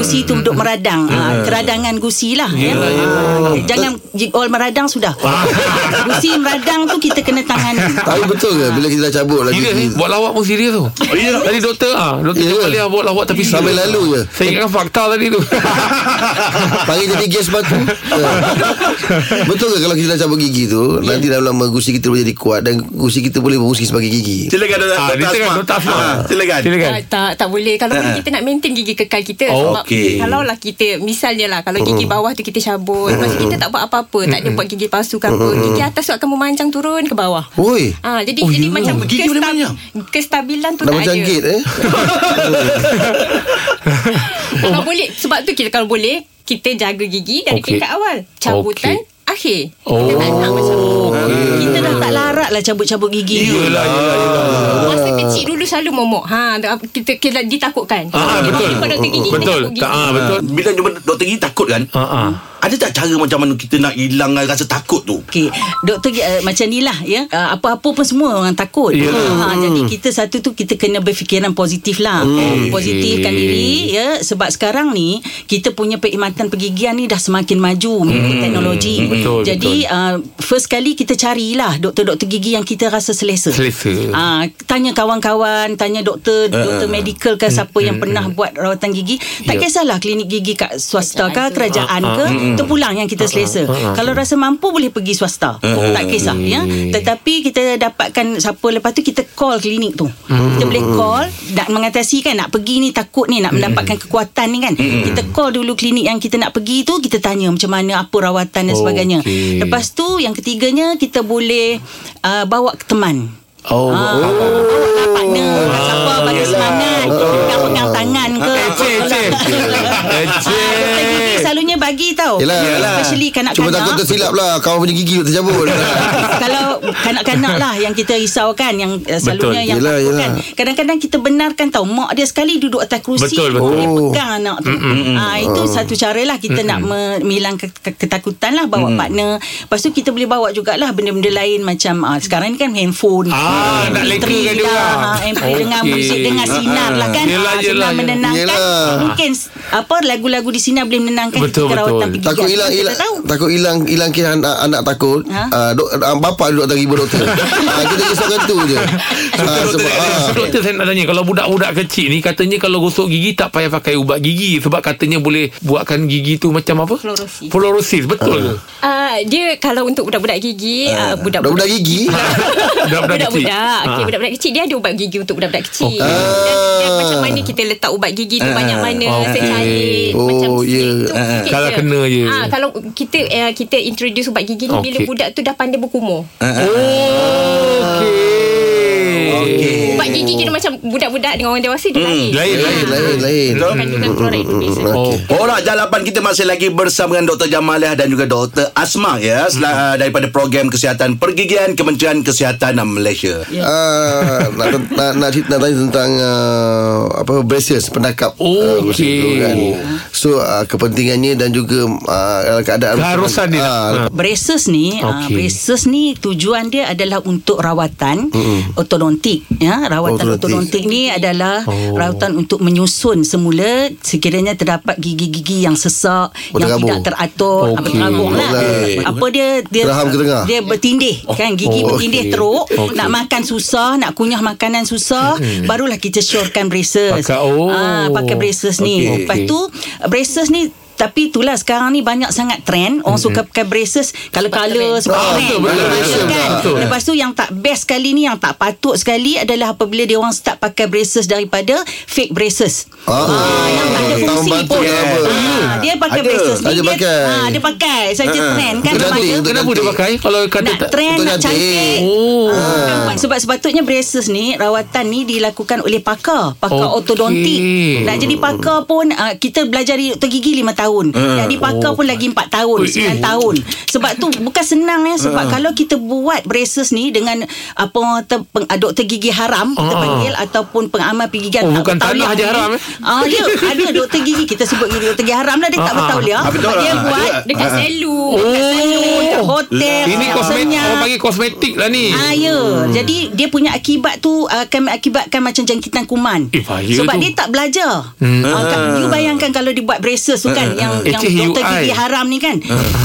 [SPEAKER 6] Gusi tu duk meradang ha, Keradangan gusi lah ya.
[SPEAKER 4] Yelah, Ah.
[SPEAKER 6] Ah, Jangan all meradang sudah Gusi meradang tu kita kena tangan
[SPEAKER 3] Tapi betul ke Bila kita dah cabut lagi
[SPEAKER 4] Serius Oh, ni Buat lawak pun serius tu
[SPEAKER 2] ya?
[SPEAKER 4] Tadi doktor ah, Doktor
[SPEAKER 3] Ya.
[SPEAKER 4] yeah. Jamaliah buat lawak tapi serius
[SPEAKER 3] Sampai lalu je.
[SPEAKER 4] Saya ingatkan fakta tadi tu
[SPEAKER 3] Panggil jadi gas batu Ah. Betul ke kalau kita dah cabut gigi tu Nanti dalam lama gusi kita boleh jadi kuat Dan gusi kita boleh berfungsi sebagai gigi
[SPEAKER 2] Silakan Dr.
[SPEAKER 4] Ah, dia
[SPEAKER 2] Dr.
[SPEAKER 4] tengah
[SPEAKER 2] Asma.
[SPEAKER 4] Dr. Asma
[SPEAKER 2] Ah, silakan.
[SPEAKER 4] Silakan
[SPEAKER 7] Tak, tak, tak boleh. Kalau boleh kita nak maintain gigi kekal kita.
[SPEAKER 4] Kan? Ha. Oh, Hmm.
[SPEAKER 7] Sebab
[SPEAKER 2] okey.
[SPEAKER 7] kalau lah kita, misalnya lah, kalau gigi bawah tu kita cabut. Lepas tu kita tak buat apa-apa. Tak ada buat gigi palsu ke apa. Gigi atas tu akan memanjang turun ke bawah.
[SPEAKER 3] Oi
[SPEAKER 7] Ah, jadi
[SPEAKER 4] Hmm. Oh,
[SPEAKER 7] oh, jadi
[SPEAKER 4] ya.
[SPEAKER 7] macam
[SPEAKER 2] Gigi boleh
[SPEAKER 7] kestab-
[SPEAKER 2] panjang?
[SPEAKER 7] kestabilan tu
[SPEAKER 6] lah,
[SPEAKER 3] Dah
[SPEAKER 7] tak
[SPEAKER 3] macam
[SPEAKER 7] ada.
[SPEAKER 3] gate eh
[SPEAKER 7] Kalau boleh sebab tu kita kalau boleh kita jaga gigi dari
[SPEAKER 4] Oh. Okey.
[SPEAKER 7] okay. tingkat awal. Cabutan okay. akhir. Kita tak nak macam tu.
[SPEAKER 4] Oh
[SPEAKER 6] Kita dah tak larat lah cabut-cabut gigi
[SPEAKER 4] Yelah yelah yelah
[SPEAKER 7] Masa kecil dulu selalu momok. Ha kita, kita ditakutkan.
[SPEAKER 4] Ah, betul.
[SPEAKER 7] Kalau doktor gigi kita
[SPEAKER 4] Betul.
[SPEAKER 7] cabut gigi.
[SPEAKER 4] Tak, ah, betul.
[SPEAKER 2] Bila jumpa doktor gigi takut kan?
[SPEAKER 4] Ah, ah.
[SPEAKER 2] Ada tak cara macam mana kita nak hilangkan rasa takut tu?
[SPEAKER 6] Okey, doktor uh, macam ni lah ya. Uh, apa-apa pun semua orang takut.
[SPEAKER 4] Yelah.
[SPEAKER 6] Ha, jadi
[SPEAKER 4] Hmm.
[SPEAKER 6] kita satu tu kita kena berfikiran positif lah. Positifkan diri ya sebab sekarang ni kita punya perkhidmatan pergigian ni dah semakin maju mengikut teknologi.
[SPEAKER 4] Hmm. Betul,
[SPEAKER 6] jadi Uh, first kali kita carilah doktor-doktor gigi yang kita rasa selesa.
[SPEAKER 4] Selesa.
[SPEAKER 6] Ah, tanya kawan-kawan, tanya doktor,
[SPEAKER 4] Ah,
[SPEAKER 6] doktor medical ke siapa yang pernah buat rawatan gigi.
[SPEAKER 4] Hmm,
[SPEAKER 6] Tak
[SPEAKER 4] Ya.
[SPEAKER 6] kisahlah klinik gigi kat swasta ke kerajaan
[SPEAKER 4] Ah, ah,
[SPEAKER 6] ke, tu pulang yang kita selesa. Kalau rasa mampu boleh pergi swasta.
[SPEAKER 4] Ah,
[SPEAKER 6] Tak kisah ya.
[SPEAKER 4] Hmm.
[SPEAKER 6] Tetapi kita dapatkan siapa lepas tu kita call klinik tu.
[SPEAKER 4] Hmm.
[SPEAKER 6] Kita boleh call nak mengatasi kan nak pergi ni takut ni
[SPEAKER 4] Hmm.
[SPEAKER 6] nak mendapatkan kekuatan ni kan. Kita call dulu klinik yang kita nak pergi tu, kita tanya macam mana apa rawatan dan sebagainya.
[SPEAKER 4] Okey.
[SPEAKER 6] Lepas tu yang ketiganya kita boleh uh, bawa ke teman.
[SPEAKER 4] Oh
[SPEAKER 6] Ah, awak partner kat siapa bagi semangat nak eh. pegang tangan ke
[SPEAKER 4] Eceh Eceh Eceh
[SPEAKER 6] Ah, doktor gigi selalunya bagi tau
[SPEAKER 3] Yelah.
[SPEAKER 6] Especially
[SPEAKER 3] Cuma takut
[SPEAKER 6] kanak-kanak
[SPEAKER 3] tersilap lah Kawan punya gigi tercabut
[SPEAKER 6] Kalau kanak-kanak lah Yang kita risaukan Yang uh, selalunya
[SPEAKER 4] Betul.
[SPEAKER 6] yang
[SPEAKER 3] Yelah,
[SPEAKER 6] takut kan
[SPEAKER 3] yelah.
[SPEAKER 6] Kadang-kadang kita benarkan tau Mak dia sekali duduk atas kerusi
[SPEAKER 4] Betul, betul.
[SPEAKER 6] Dia
[SPEAKER 3] Oh.
[SPEAKER 6] pegang anak tu ah, Itu satu cara lah Kita nak me- menghilangkan ke- ketakutan lah
[SPEAKER 4] Mm.
[SPEAKER 6] Bawa partner Lepas tu kita boleh bawa jugalah Benda-benda lain Macam ah, Sekarang ni kan handphone
[SPEAKER 4] Ah, nak lekakan dia
[SPEAKER 6] lah
[SPEAKER 4] orang.
[SPEAKER 6] ah, MP dengan
[SPEAKER 4] Okey.
[SPEAKER 6] muzik Dengan sinar lah kan
[SPEAKER 4] Yelah,
[SPEAKER 6] Ah,
[SPEAKER 4] yelah,
[SPEAKER 6] Sinar
[SPEAKER 4] yelah.
[SPEAKER 6] menenangkan
[SPEAKER 3] Yelah.
[SPEAKER 6] Mungkin s- apa lagu-lagu di sinar Boleh menenangkan
[SPEAKER 4] Betul,
[SPEAKER 6] kita rawatan
[SPEAKER 4] betul.
[SPEAKER 6] pergi
[SPEAKER 3] Takut hilang hilang takut hilang hilangkan anak anak takut.
[SPEAKER 6] Ha?
[SPEAKER 3] Ha? Uh, dok, uh, bapa duduk atas ribu doktor. uh, kita risaukan tu je. Uh, sebab uh,
[SPEAKER 4] Ah, Doktor saya nak tanya Kalau budak-budak kecil ni Katanya kalau gosok gigi Tak payah pakai ubat gigi Sebab katanya boleh Buatkan gigi tu macam apa?
[SPEAKER 7] Fluorosis.
[SPEAKER 4] Fluorosis Betul ke?
[SPEAKER 7] Ah, dia kalau untuk budak-budak gigi, ah, budak-budak
[SPEAKER 3] budak-budak gigi.
[SPEAKER 4] Budak-budak kecil Ah.
[SPEAKER 7] Budak-budak okay, Budak-budak kecil Dia ada ubat gigi Untuk budak-budak kecil dan, dan macam mana Kita letak ubat gigi tu Banyak mana
[SPEAKER 4] Oh, Okey.
[SPEAKER 7] Secair Macam
[SPEAKER 3] Oh,
[SPEAKER 7] stick
[SPEAKER 3] ya.
[SPEAKER 7] tu sikit
[SPEAKER 4] Kalau
[SPEAKER 7] je.
[SPEAKER 4] kena je.
[SPEAKER 7] Ah, Kalau kita eh, Kita introduce ubat gigi ni Bila
[SPEAKER 4] Okey. Oh,
[SPEAKER 7] budak tu Dah pandai berkumur
[SPEAKER 4] Okey Okey.
[SPEAKER 7] Sebab gigi kita macam budak-budak dengan orang dewasa dia lain.
[SPEAKER 4] Hmm, Lain lain.
[SPEAKER 3] Ah,
[SPEAKER 4] Hmm.
[SPEAKER 3] Lain lain lain
[SPEAKER 7] Kandungan klorat Indonesia.
[SPEAKER 4] Oh.
[SPEAKER 2] Orang jalapan kita masih lagi bersama dengan Dr. Jamalah dan juga Dr. Asma ya sel-
[SPEAKER 4] Hmm.
[SPEAKER 2] ah, daripada program kesihatan pergigian Kementerian Kesihatan Malaysia.
[SPEAKER 4] Ya.
[SPEAKER 3] Ah, nak, nak, nak, cerita- nak tanya tentang uh, apa braces pendakap
[SPEAKER 4] Oh,
[SPEAKER 3] Ah, macam tu
[SPEAKER 4] okey.
[SPEAKER 3] so uh, kepentingannya dan juga uh, keadaan
[SPEAKER 4] Keharusan dia nak-
[SPEAKER 3] Ah,
[SPEAKER 4] ha.
[SPEAKER 6] Braces ni okay. uh,
[SPEAKER 4] Okey.
[SPEAKER 6] Braces ni Tujuan dia adalah Untuk rawatan mm-hmm. Ortodontik ya? Rawatan
[SPEAKER 3] Ortodontik.
[SPEAKER 6] ortodontik ni adalah
[SPEAKER 4] Oh.
[SPEAKER 6] oh. Rawatan untuk menyusun semula Sekiranya terdapat gigi-gigi yang sesak
[SPEAKER 3] Oh,
[SPEAKER 6] Yang
[SPEAKER 3] terabur.
[SPEAKER 6] tidak teratur
[SPEAKER 4] Okey.
[SPEAKER 6] okay. Terabur lah
[SPEAKER 3] Okey.
[SPEAKER 6] Apa dia dia,
[SPEAKER 3] Geraham ke tengah?
[SPEAKER 6] dia bertindih kan Gigi
[SPEAKER 3] Oh,
[SPEAKER 6] oh, bertindih
[SPEAKER 4] okey.
[SPEAKER 6] teruk
[SPEAKER 4] Okey.
[SPEAKER 6] Nak makan susah Nak kunyah makanan susah Barulah kita syorkan braces
[SPEAKER 4] Pakai- oh.
[SPEAKER 6] Ah, Pakai braces
[SPEAKER 4] Okey.
[SPEAKER 6] ni okay. Lepas
[SPEAKER 4] Okey.
[SPEAKER 6] tu braces ni tapi itulah sekarang ni banyak sangat trend orang mm-hmm. suka pakai braces color-color sebab
[SPEAKER 3] Ah, betul,
[SPEAKER 6] trend
[SPEAKER 3] Mhm. betul,
[SPEAKER 6] Ah,
[SPEAKER 3] betul,
[SPEAKER 6] kan?
[SPEAKER 4] betul.
[SPEAKER 6] lepas tu yang tak best sekali ni yang tak patut sekali adalah apabila dia orang start pakai braces daripada fake braces
[SPEAKER 3] Ah.
[SPEAKER 6] yang tak ada
[SPEAKER 3] Tak
[SPEAKER 6] fungsi
[SPEAKER 3] membantu
[SPEAKER 6] pun
[SPEAKER 3] dia apa.
[SPEAKER 6] Ah, dia pakai
[SPEAKER 2] Ada.
[SPEAKER 6] braces ni
[SPEAKER 3] Ada
[SPEAKER 6] dia,
[SPEAKER 3] pakai.
[SPEAKER 6] ah, dia pakai saja trend kan
[SPEAKER 3] Untuk
[SPEAKER 6] remaja.
[SPEAKER 3] cantik, untuk
[SPEAKER 4] Kenapa dia
[SPEAKER 3] cantik.
[SPEAKER 4] pakai kalau kata
[SPEAKER 6] nak
[SPEAKER 4] tak
[SPEAKER 6] trend
[SPEAKER 3] Untuk
[SPEAKER 6] nak
[SPEAKER 3] cantik.
[SPEAKER 6] cantik
[SPEAKER 4] Oh.
[SPEAKER 6] Ah. Sebab sepatutnya braces ni Rawatan ni dilakukan oleh pakar Pakar
[SPEAKER 4] Okey.
[SPEAKER 6] okay. ortodontik Nak jadi pakar pun uh, Kita belajar dari doktor gigi 5 tahun
[SPEAKER 4] Ah.
[SPEAKER 6] Jadi pakar
[SPEAKER 4] Oh,
[SPEAKER 6] pun lagi 4 tahun
[SPEAKER 4] Ui,
[SPEAKER 6] 9
[SPEAKER 4] eh.
[SPEAKER 6] tahun Sebab tu bukan senang ya
[SPEAKER 4] Ah.
[SPEAKER 6] Sebab kalau kita buat braces ni Dengan apa orang kata peng, ah, Doktor gigi haram Kita
[SPEAKER 4] Ah.
[SPEAKER 6] panggil Ataupun pengamal
[SPEAKER 4] Oh,
[SPEAKER 6] pergigian tak
[SPEAKER 4] bukan
[SPEAKER 6] bertauliah
[SPEAKER 4] tanah je
[SPEAKER 6] ni.
[SPEAKER 4] haram, eh?
[SPEAKER 6] Ah, ya, ada doktor gigi Kita sebut gigi doktor gigi haram lah Dia tak
[SPEAKER 4] Ah, ah.
[SPEAKER 6] bertauliah
[SPEAKER 2] Ah, betul
[SPEAKER 6] Sebab dia
[SPEAKER 2] lah.
[SPEAKER 6] buat
[SPEAKER 2] Ada.
[SPEAKER 7] Dekat selu.
[SPEAKER 6] Dekat
[SPEAKER 4] Oh.
[SPEAKER 6] hotel
[SPEAKER 4] Ini
[SPEAKER 6] dekat
[SPEAKER 4] kosmetik
[SPEAKER 6] senyap.
[SPEAKER 4] orang panggil kosmetik lah ni.
[SPEAKER 6] Ah ya. Jadi dia punya akibat tu akan mengakibatkan macam jangkitan kuman.
[SPEAKER 4] Eh, bahaya
[SPEAKER 6] Sebab
[SPEAKER 4] tu. Hmm.
[SPEAKER 6] dia tak belajar. Ah, kan, you bayangkan kalau dia buat braces tu kan yang
[SPEAKER 4] Eh,
[SPEAKER 6] yang
[SPEAKER 4] cik,
[SPEAKER 6] doktor
[SPEAKER 4] UI.
[SPEAKER 6] gigi haram ni kan.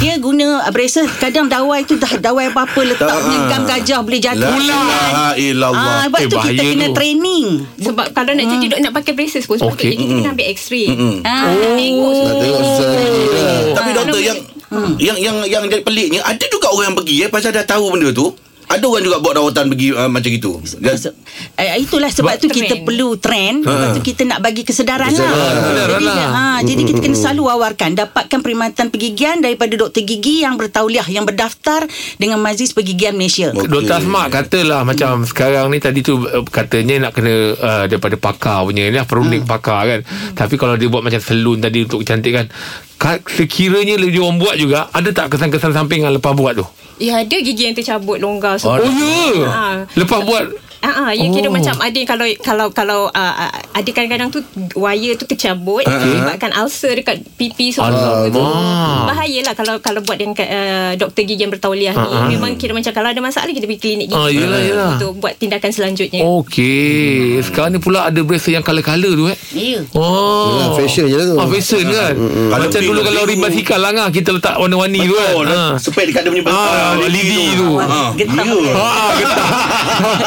[SPEAKER 6] Dia guna ah, braces kadang dawai tu dah dawai
[SPEAKER 4] Ah,
[SPEAKER 6] apa-apa letak
[SPEAKER 2] Tak.
[SPEAKER 6] punya gam gajah boleh
[SPEAKER 4] Ya,
[SPEAKER 6] jatuh.
[SPEAKER 2] La ilaha illallah.
[SPEAKER 6] Ah, lepas
[SPEAKER 4] Lah. Eh,
[SPEAKER 6] tu kita
[SPEAKER 4] bahaya
[SPEAKER 6] kena
[SPEAKER 4] tu.
[SPEAKER 6] training.
[SPEAKER 7] Sebab kalau nak jadi dok nak pakai braces pun sebab
[SPEAKER 4] Ah. Okey.
[SPEAKER 7] okay. kita kena ambil x-ray.
[SPEAKER 6] Ah,
[SPEAKER 4] Oh.
[SPEAKER 7] Nak tengok
[SPEAKER 3] nak tengok susah gigi lah
[SPEAKER 2] Tapi doktor yang
[SPEAKER 4] Hmm.
[SPEAKER 2] yang yang yang jadi peliknya ada juga orang yang pergi eh pasal dah tahu benda tu. Ada orang juga buat rawatan pergi uh, macam itu. Dan,
[SPEAKER 6] Se- eh, itulah sebab tu
[SPEAKER 7] Trend.
[SPEAKER 6] kita perlu trend lepas tu kita nak bagi kesedaran lah
[SPEAKER 4] Ha. Kesedaran
[SPEAKER 6] jadi,
[SPEAKER 4] lah.
[SPEAKER 6] ha, jadi kita kena selalu wawarkan dapatkan perkhidmatan pergigian daripada doktor gigi yang bertauliah yang berdaftar dengan Majlis Pergigian Malaysia
[SPEAKER 2] Okey.
[SPEAKER 4] Dr. Asma katalah macam sekarang ni tadi tu uh, katanya nak kena uh, daripada pakar punya ni lah, perunding pakar kan. Tapi kalau dia buat macam selun tadi untuk kecantikan ka- sekiranya dia orang buat juga ada tak kesan-kesan sampingan lepas buat tu?
[SPEAKER 7] Ya ada gigi yang tercabut longgar
[SPEAKER 4] Oh,
[SPEAKER 7] semua.
[SPEAKER 4] ya.
[SPEAKER 7] Ah.
[SPEAKER 4] Lepas buat
[SPEAKER 7] Ah, ah, you
[SPEAKER 4] Oh.
[SPEAKER 7] kira macam ada yang kalau kalau kalau ah, ah, ada kadang-kadang tu wire tu tercabut menyebabkan ulcer dekat pipi semua tu.
[SPEAKER 4] Ha, Alamak.
[SPEAKER 7] Bahayalah kalau kalau buat dengan uh, doktor gigi yang bertauliah ni. Memang kira macam kalau ada masalah kita pergi klinik gigi.
[SPEAKER 4] Ha, Ah, yelah, yelah. Oh,
[SPEAKER 7] Untuk buat tindakan selanjutnya.
[SPEAKER 4] Okey. Sekarang ni pula ada bracer yang color-color tu eh.
[SPEAKER 6] Ya.
[SPEAKER 4] Oh.
[SPEAKER 3] Yelah, fashion je lah tu.
[SPEAKER 4] Ah, fashion kan. Macam
[SPEAKER 2] Kalau
[SPEAKER 4] dulu
[SPEAKER 2] biru,
[SPEAKER 4] kalau
[SPEAKER 2] biru.
[SPEAKER 4] ribbon sikal lah kan, kita letak warna-warni tu kan.
[SPEAKER 2] Betul.
[SPEAKER 4] Ah.
[SPEAKER 2] Sepek dekat dia punya
[SPEAKER 4] Ah, lidi tu.
[SPEAKER 2] Ah,
[SPEAKER 6] Getah.
[SPEAKER 2] ya.
[SPEAKER 4] Ah, getah.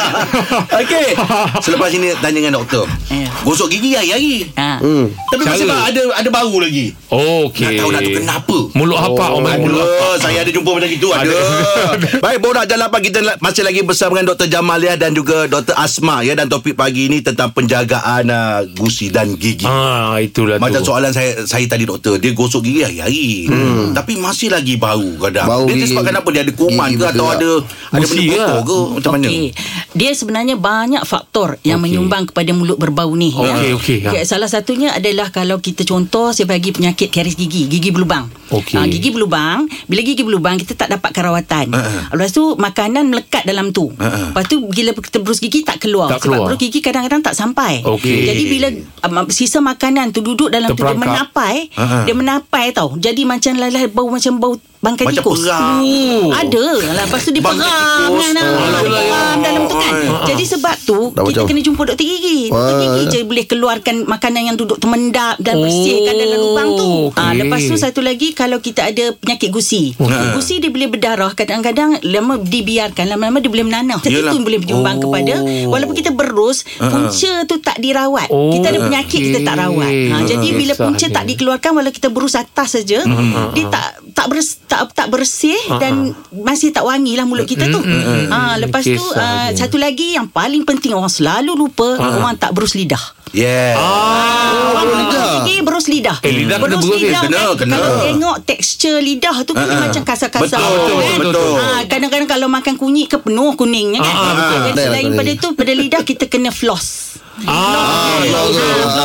[SPEAKER 2] Okey. Selepas ini tanya dengan doktor.
[SPEAKER 6] Ya.
[SPEAKER 2] Gosok gigi hari-hari.
[SPEAKER 6] ha.
[SPEAKER 2] Tapi masih
[SPEAKER 4] Cara.
[SPEAKER 2] ada ada bau lagi.
[SPEAKER 4] Okey.
[SPEAKER 2] Nak tahu nak tu kenapa?
[SPEAKER 4] Mulut hapak oh, orang panggil mulut hapak.
[SPEAKER 2] Ada, saya ada jumpa macam itu ada. Baik, borak jalan pagi kita la- masih lagi bersama dengan Dr. Jamalia dan juga Dr. Asma ya dan topik pagi ini tentang penjagaan uh, gusi dan gigi.
[SPEAKER 4] Ah, itulah
[SPEAKER 2] Macam
[SPEAKER 4] tu.
[SPEAKER 2] soalan saya saya tadi doktor Dia gosok gigi hari-hari hmm. Tapi masih lagi bau kadang
[SPEAKER 3] Bau
[SPEAKER 2] Dia, dia
[SPEAKER 3] gigi-
[SPEAKER 2] sebab kenapa dia ada kuman
[SPEAKER 3] gigi
[SPEAKER 2] ke Atau
[SPEAKER 3] bergerak.
[SPEAKER 2] ada Ada
[SPEAKER 4] Gusi
[SPEAKER 2] benda kotor
[SPEAKER 4] lah.
[SPEAKER 2] ke Macam mana
[SPEAKER 6] Okey. Dia sebenarnya banyak faktor yang
[SPEAKER 4] Okey.
[SPEAKER 6] menyumbang kepada mulut berbau ni. ya.
[SPEAKER 4] Okey, okey, ha.
[SPEAKER 6] Ya, Salah satunya adalah kalau kita contoh saya bagi penyakit karies gigi, gigi berlubang.
[SPEAKER 4] Okey.
[SPEAKER 6] Ah, gigi berlubang, bila gigi berlubang kita tak dapatkan rawatan.
[SPEAKER 4] Ha,
[SPEAKER 2] Ha-ha.
[SPEAKER 6] Lepas tu makanan melekat dalam tu.
[SPEAKER 2] Ha-ha.
[SPEAKER 6] Lepas tu bila kita berus gigi tak keluar
[SPEAKER 4] Tak
[SPEAKER 6] sebab
[SPEAKER 4] keluar.
[SPEAKER 6] berus gigi kadang-kadang tak sampai.
[SPEAKER 4] Okey.
[SPEAKER 6] Jadi bila um, sisa makanan tu duduk dalam tu dia
[SPEAKER 4] Terperangkap. Ha,
[SPEAKER 6] menapai,
[SPEAKER 2] Ha-ha.
[SPEAKER 6] dia menapai tau. Jadi macam lalah bau macam bau bangkai
[SPEAKER 2] Macam
[SPEAKER 6] tikus.
[SPEAKER 2] perang.
[SPEAKER 6] Oh. Ada. Lepas tu dia
[SPEAKER 2] Bangkai
[SPEAKER 6] perang
[SPEAKER 2] tikus.
[SPEAKER 6] kan.
[SPEAKER 2] Alah,
[SPEAKER 6] ah. Dia
[SPEAKER 2] alah,
[SPEAKER 6] Perang
[SPEAKER 2] alah.
[SPEAKER 6] dalam tu kan.
[SPEAKER 2] Ah.
[SPEAKER 6] Jadi sebab tu
[SPEAKER 3] Dah
[SPEAKER 6] kita
[SPEAKER 3] macam-
[SPEAKER 6] kena jumpa doktor gigi. Doktor
[SPEAKER 3] Wah.
[SPEAKER 6] gigi je boleh keluarkan makanan yang duduk termendap dan
[SPEAKER 4] Oh,
[SPEAKER 6] bersihkan dalam lubang tu. Ah,
[SPEAKER 4] okey.
[SPEAKER 6] lepas tu satu lagi kalau kita ada penyakit gusi.
[SPEAKER 2] Okey.
[SPEAKER 6] Gusi dia boleh berdarah kadang-kadang lama dibiarkan lama-lama dia boleh menanah. Jadi
[SPEAKER 2] Yelah.
[SPEAKER 6] itu boleh menyumbang
[SPEAKER 4] Oh.
[SPEAKER 6] kepada walaupun kita berus punca tu tak dirawat.
[SPEAKER 4] Oh,
[SPEAKER 6] Kita ada penyakit kita
[SPEAKER 4] okey.
[SPEAKER 6] tak rawat. Ha, jadi bila
[SPEAKER 4] Kisah
[SPEAKER 6] punca
[SPEAKER 4] ni.
[SPEAKER 6] tak dikeluarkan walau kita berus atas saja dia tak tak beres, tak tak bersih
[SPEAKER 4] Mm-hmm. Ah,
[SPEAKER 6] dan masih tak wangi lah mulut kita tu. Ha lepas tu
[SPEAKER 4] Kisah
[SPEAKER 6] ah,
[SPEAKER 4] dia.
[SPEAKER 6] satu lagi yang paling penting orang selalu lupa
[SPEAKER 4] Ah,
[SPEAKER 6] orang tak berus lidah.
[SPEAKER 2] Yeah.
[SPEAKER 6] Orang
[SPEAKER 3] berus
[SPEAKER 6] makan
[SPEAKER 3] lidah.
[SPEAKER 6] gigi berus lidah.
[SPEAKER 4] Eh, lidah kena
[SPEAKER 6] berus
[SPEAKER 4] berus, Ah, eh.
[SPEAKER 6] lidah.
[SPEAKER 2] Kena,
[SPEAKER 6] kan,
[SPEAKER 2] kena.
[SPEAKER 6] Kalau tengok tekstur lidah tu kan macam kasar-kasar.
[SPEAKER 2] Betul, betul,
[SPEAKER 6] kan?
[SPEAKER 2] betul.
[SPEAKER 6] Ah, kadang-kadang kalau makan kunyit ke penuh kuningnya
[SPEAKER 4] Ah,
[SPEAKER 6] kan.
[SPEAKER 4] ah, betul.
[SPEAKER 6] Jadi
[SPEAKER 3] Betul,
[SPEAKER 6] selain
[SPEAKER 3] betul.
[SPEAKER 6] pada tu pada lidah kita kena floss.
[SPEAKER 4] Ah,
[SPEAKER 3] betul.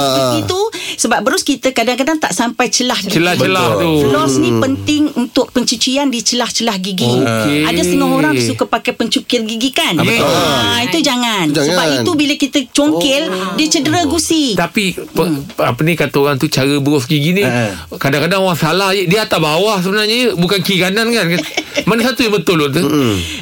[SPEAKER 6] Itu sebab berus kita kadang-kadang tak sampai celah gigi.
[SPEAKER 4] celah-celah tu.
[SPEAKER 6] Floss
[SPEAKER 4] Hmm.
[SPEAKER 6] ni penting untuk pencucian di celah-celah gigi.
[SPEAKER 4] Okey.
[SPEAKER 6] Ada setengah orang dia suka pakai pencukir gigi kan?
[SPEAKER 4] betul.
[SPEAKER 6] Ah, itu jangan.
[SPEAKER 3] Jangan.
[SPEAKER 6] Sebab itu bila kita congkel,
[SPEAKER 4] Oh.
[SPEAKER 6] dia cedera gusi.
[SPEAKER 4] Tapi pe, apa ni kata orang tu cara berus gigi ni
[SPEAKER 2] Ha.
[SPEAKER 4] kadang-kadang orang salah je. dia atas bawah sebenarnya je. bukan kiri kanan kan. Mana satu yang betul tu?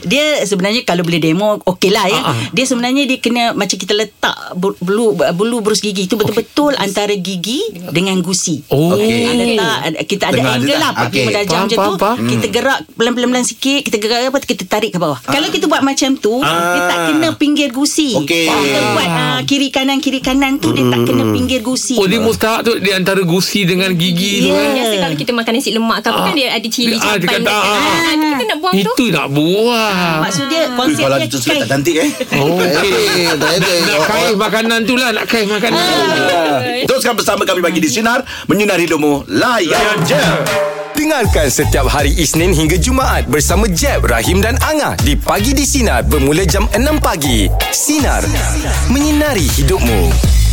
[SPEAKER 6] Dia sebenarnya kalau boleh demo okey lah ya.
[SPEAKER 4] Ah, ah.
[SPEAKER 6] Dia sebenarnya dia kena macam kita letak bu- bulu bulu berus gigi itu betul-betul antara gigi dengan gusi.
[SPEAKER 4] Oh.
[SPEAKER 6] Ah,
[SPEAKER 2] Okey.
[SPEAKER 6] letak ada- kita ada
[SPEAKER 2] Tengah ada
[SPEAKER 6] angle
[SPEAKER 2] tak?
[SPEAKER 6] lah pakai
[SPEAKER 2] Okey. Hmm.
[SPEAKER 6] okay. medajam
[SPEAKER 4] Faham,
[SPEAKER 6] macam
[SPEAKER 4] faham,
[SPEAKER 6] tu
[SPEAKER 4] faham.
[SPEAKER 6] kita gerak pelan-pelan sikit kita gerak apa tu, kita tarik ke bawah
[SPEAKER 2] Ah.
[SPEAKER 6] kalau kita buat macam tu dia tak kena pinggir gusi
[SPEAKER 2] Okey. Hmm.
[SPEAKER 6] kita buat ah, kiri kanan kiri kanan tu dia tak kena pinggir gusi
[SPEAKER 4] Oh dia mustahak tu di antara gusi dengan gigi tu
[SPEAKER 7] Yeah.
[SPEAKER 4] kan.
[SPEAKER 7] Biasa kalau kita makan nasi lemak ke apa kan dia ada cili
[SPEAKER 4] Ah, dia
[SPEAKER 7] cabai
[SPEAKER 4] kata,
[SPEAKER 7] dekat.
[SPEAKER 4] ah, ah.
[SPEAKER 7] Ah, tu kita nak buang tu.
[SPEAKER 4] Itu nak buang.
[SPEAKER 6] maksud dia
[SPEAKER 2] Eh,
[SPEAKER 6] konsep
[SPEAKER 2] Kalau
[SPEAKER 6] dia
[SPEAKER 2] itu sulit
[SPEAKER 6] kait
[SPEAKER 2] tak cantik eh.
[SPEAKER 4] Oh,
[SPEAKER 3] Eh, tak ada.
[SPEAKER 4] nak kaih makanan tu lah nak kaih makanan.
[SPEAKER 2] Ah. Teruskan bersama kami bagi di Sinar. Menyinari hidupmu. Layan je.
[SPEAKER 1] Dengarkan setiap hari Isnin hingga Jumaat bersama Jeb, Rahim dan Angah di Pagi di Sinar bermula jam 6 pagi. Sinar. Menyinari hidupmu.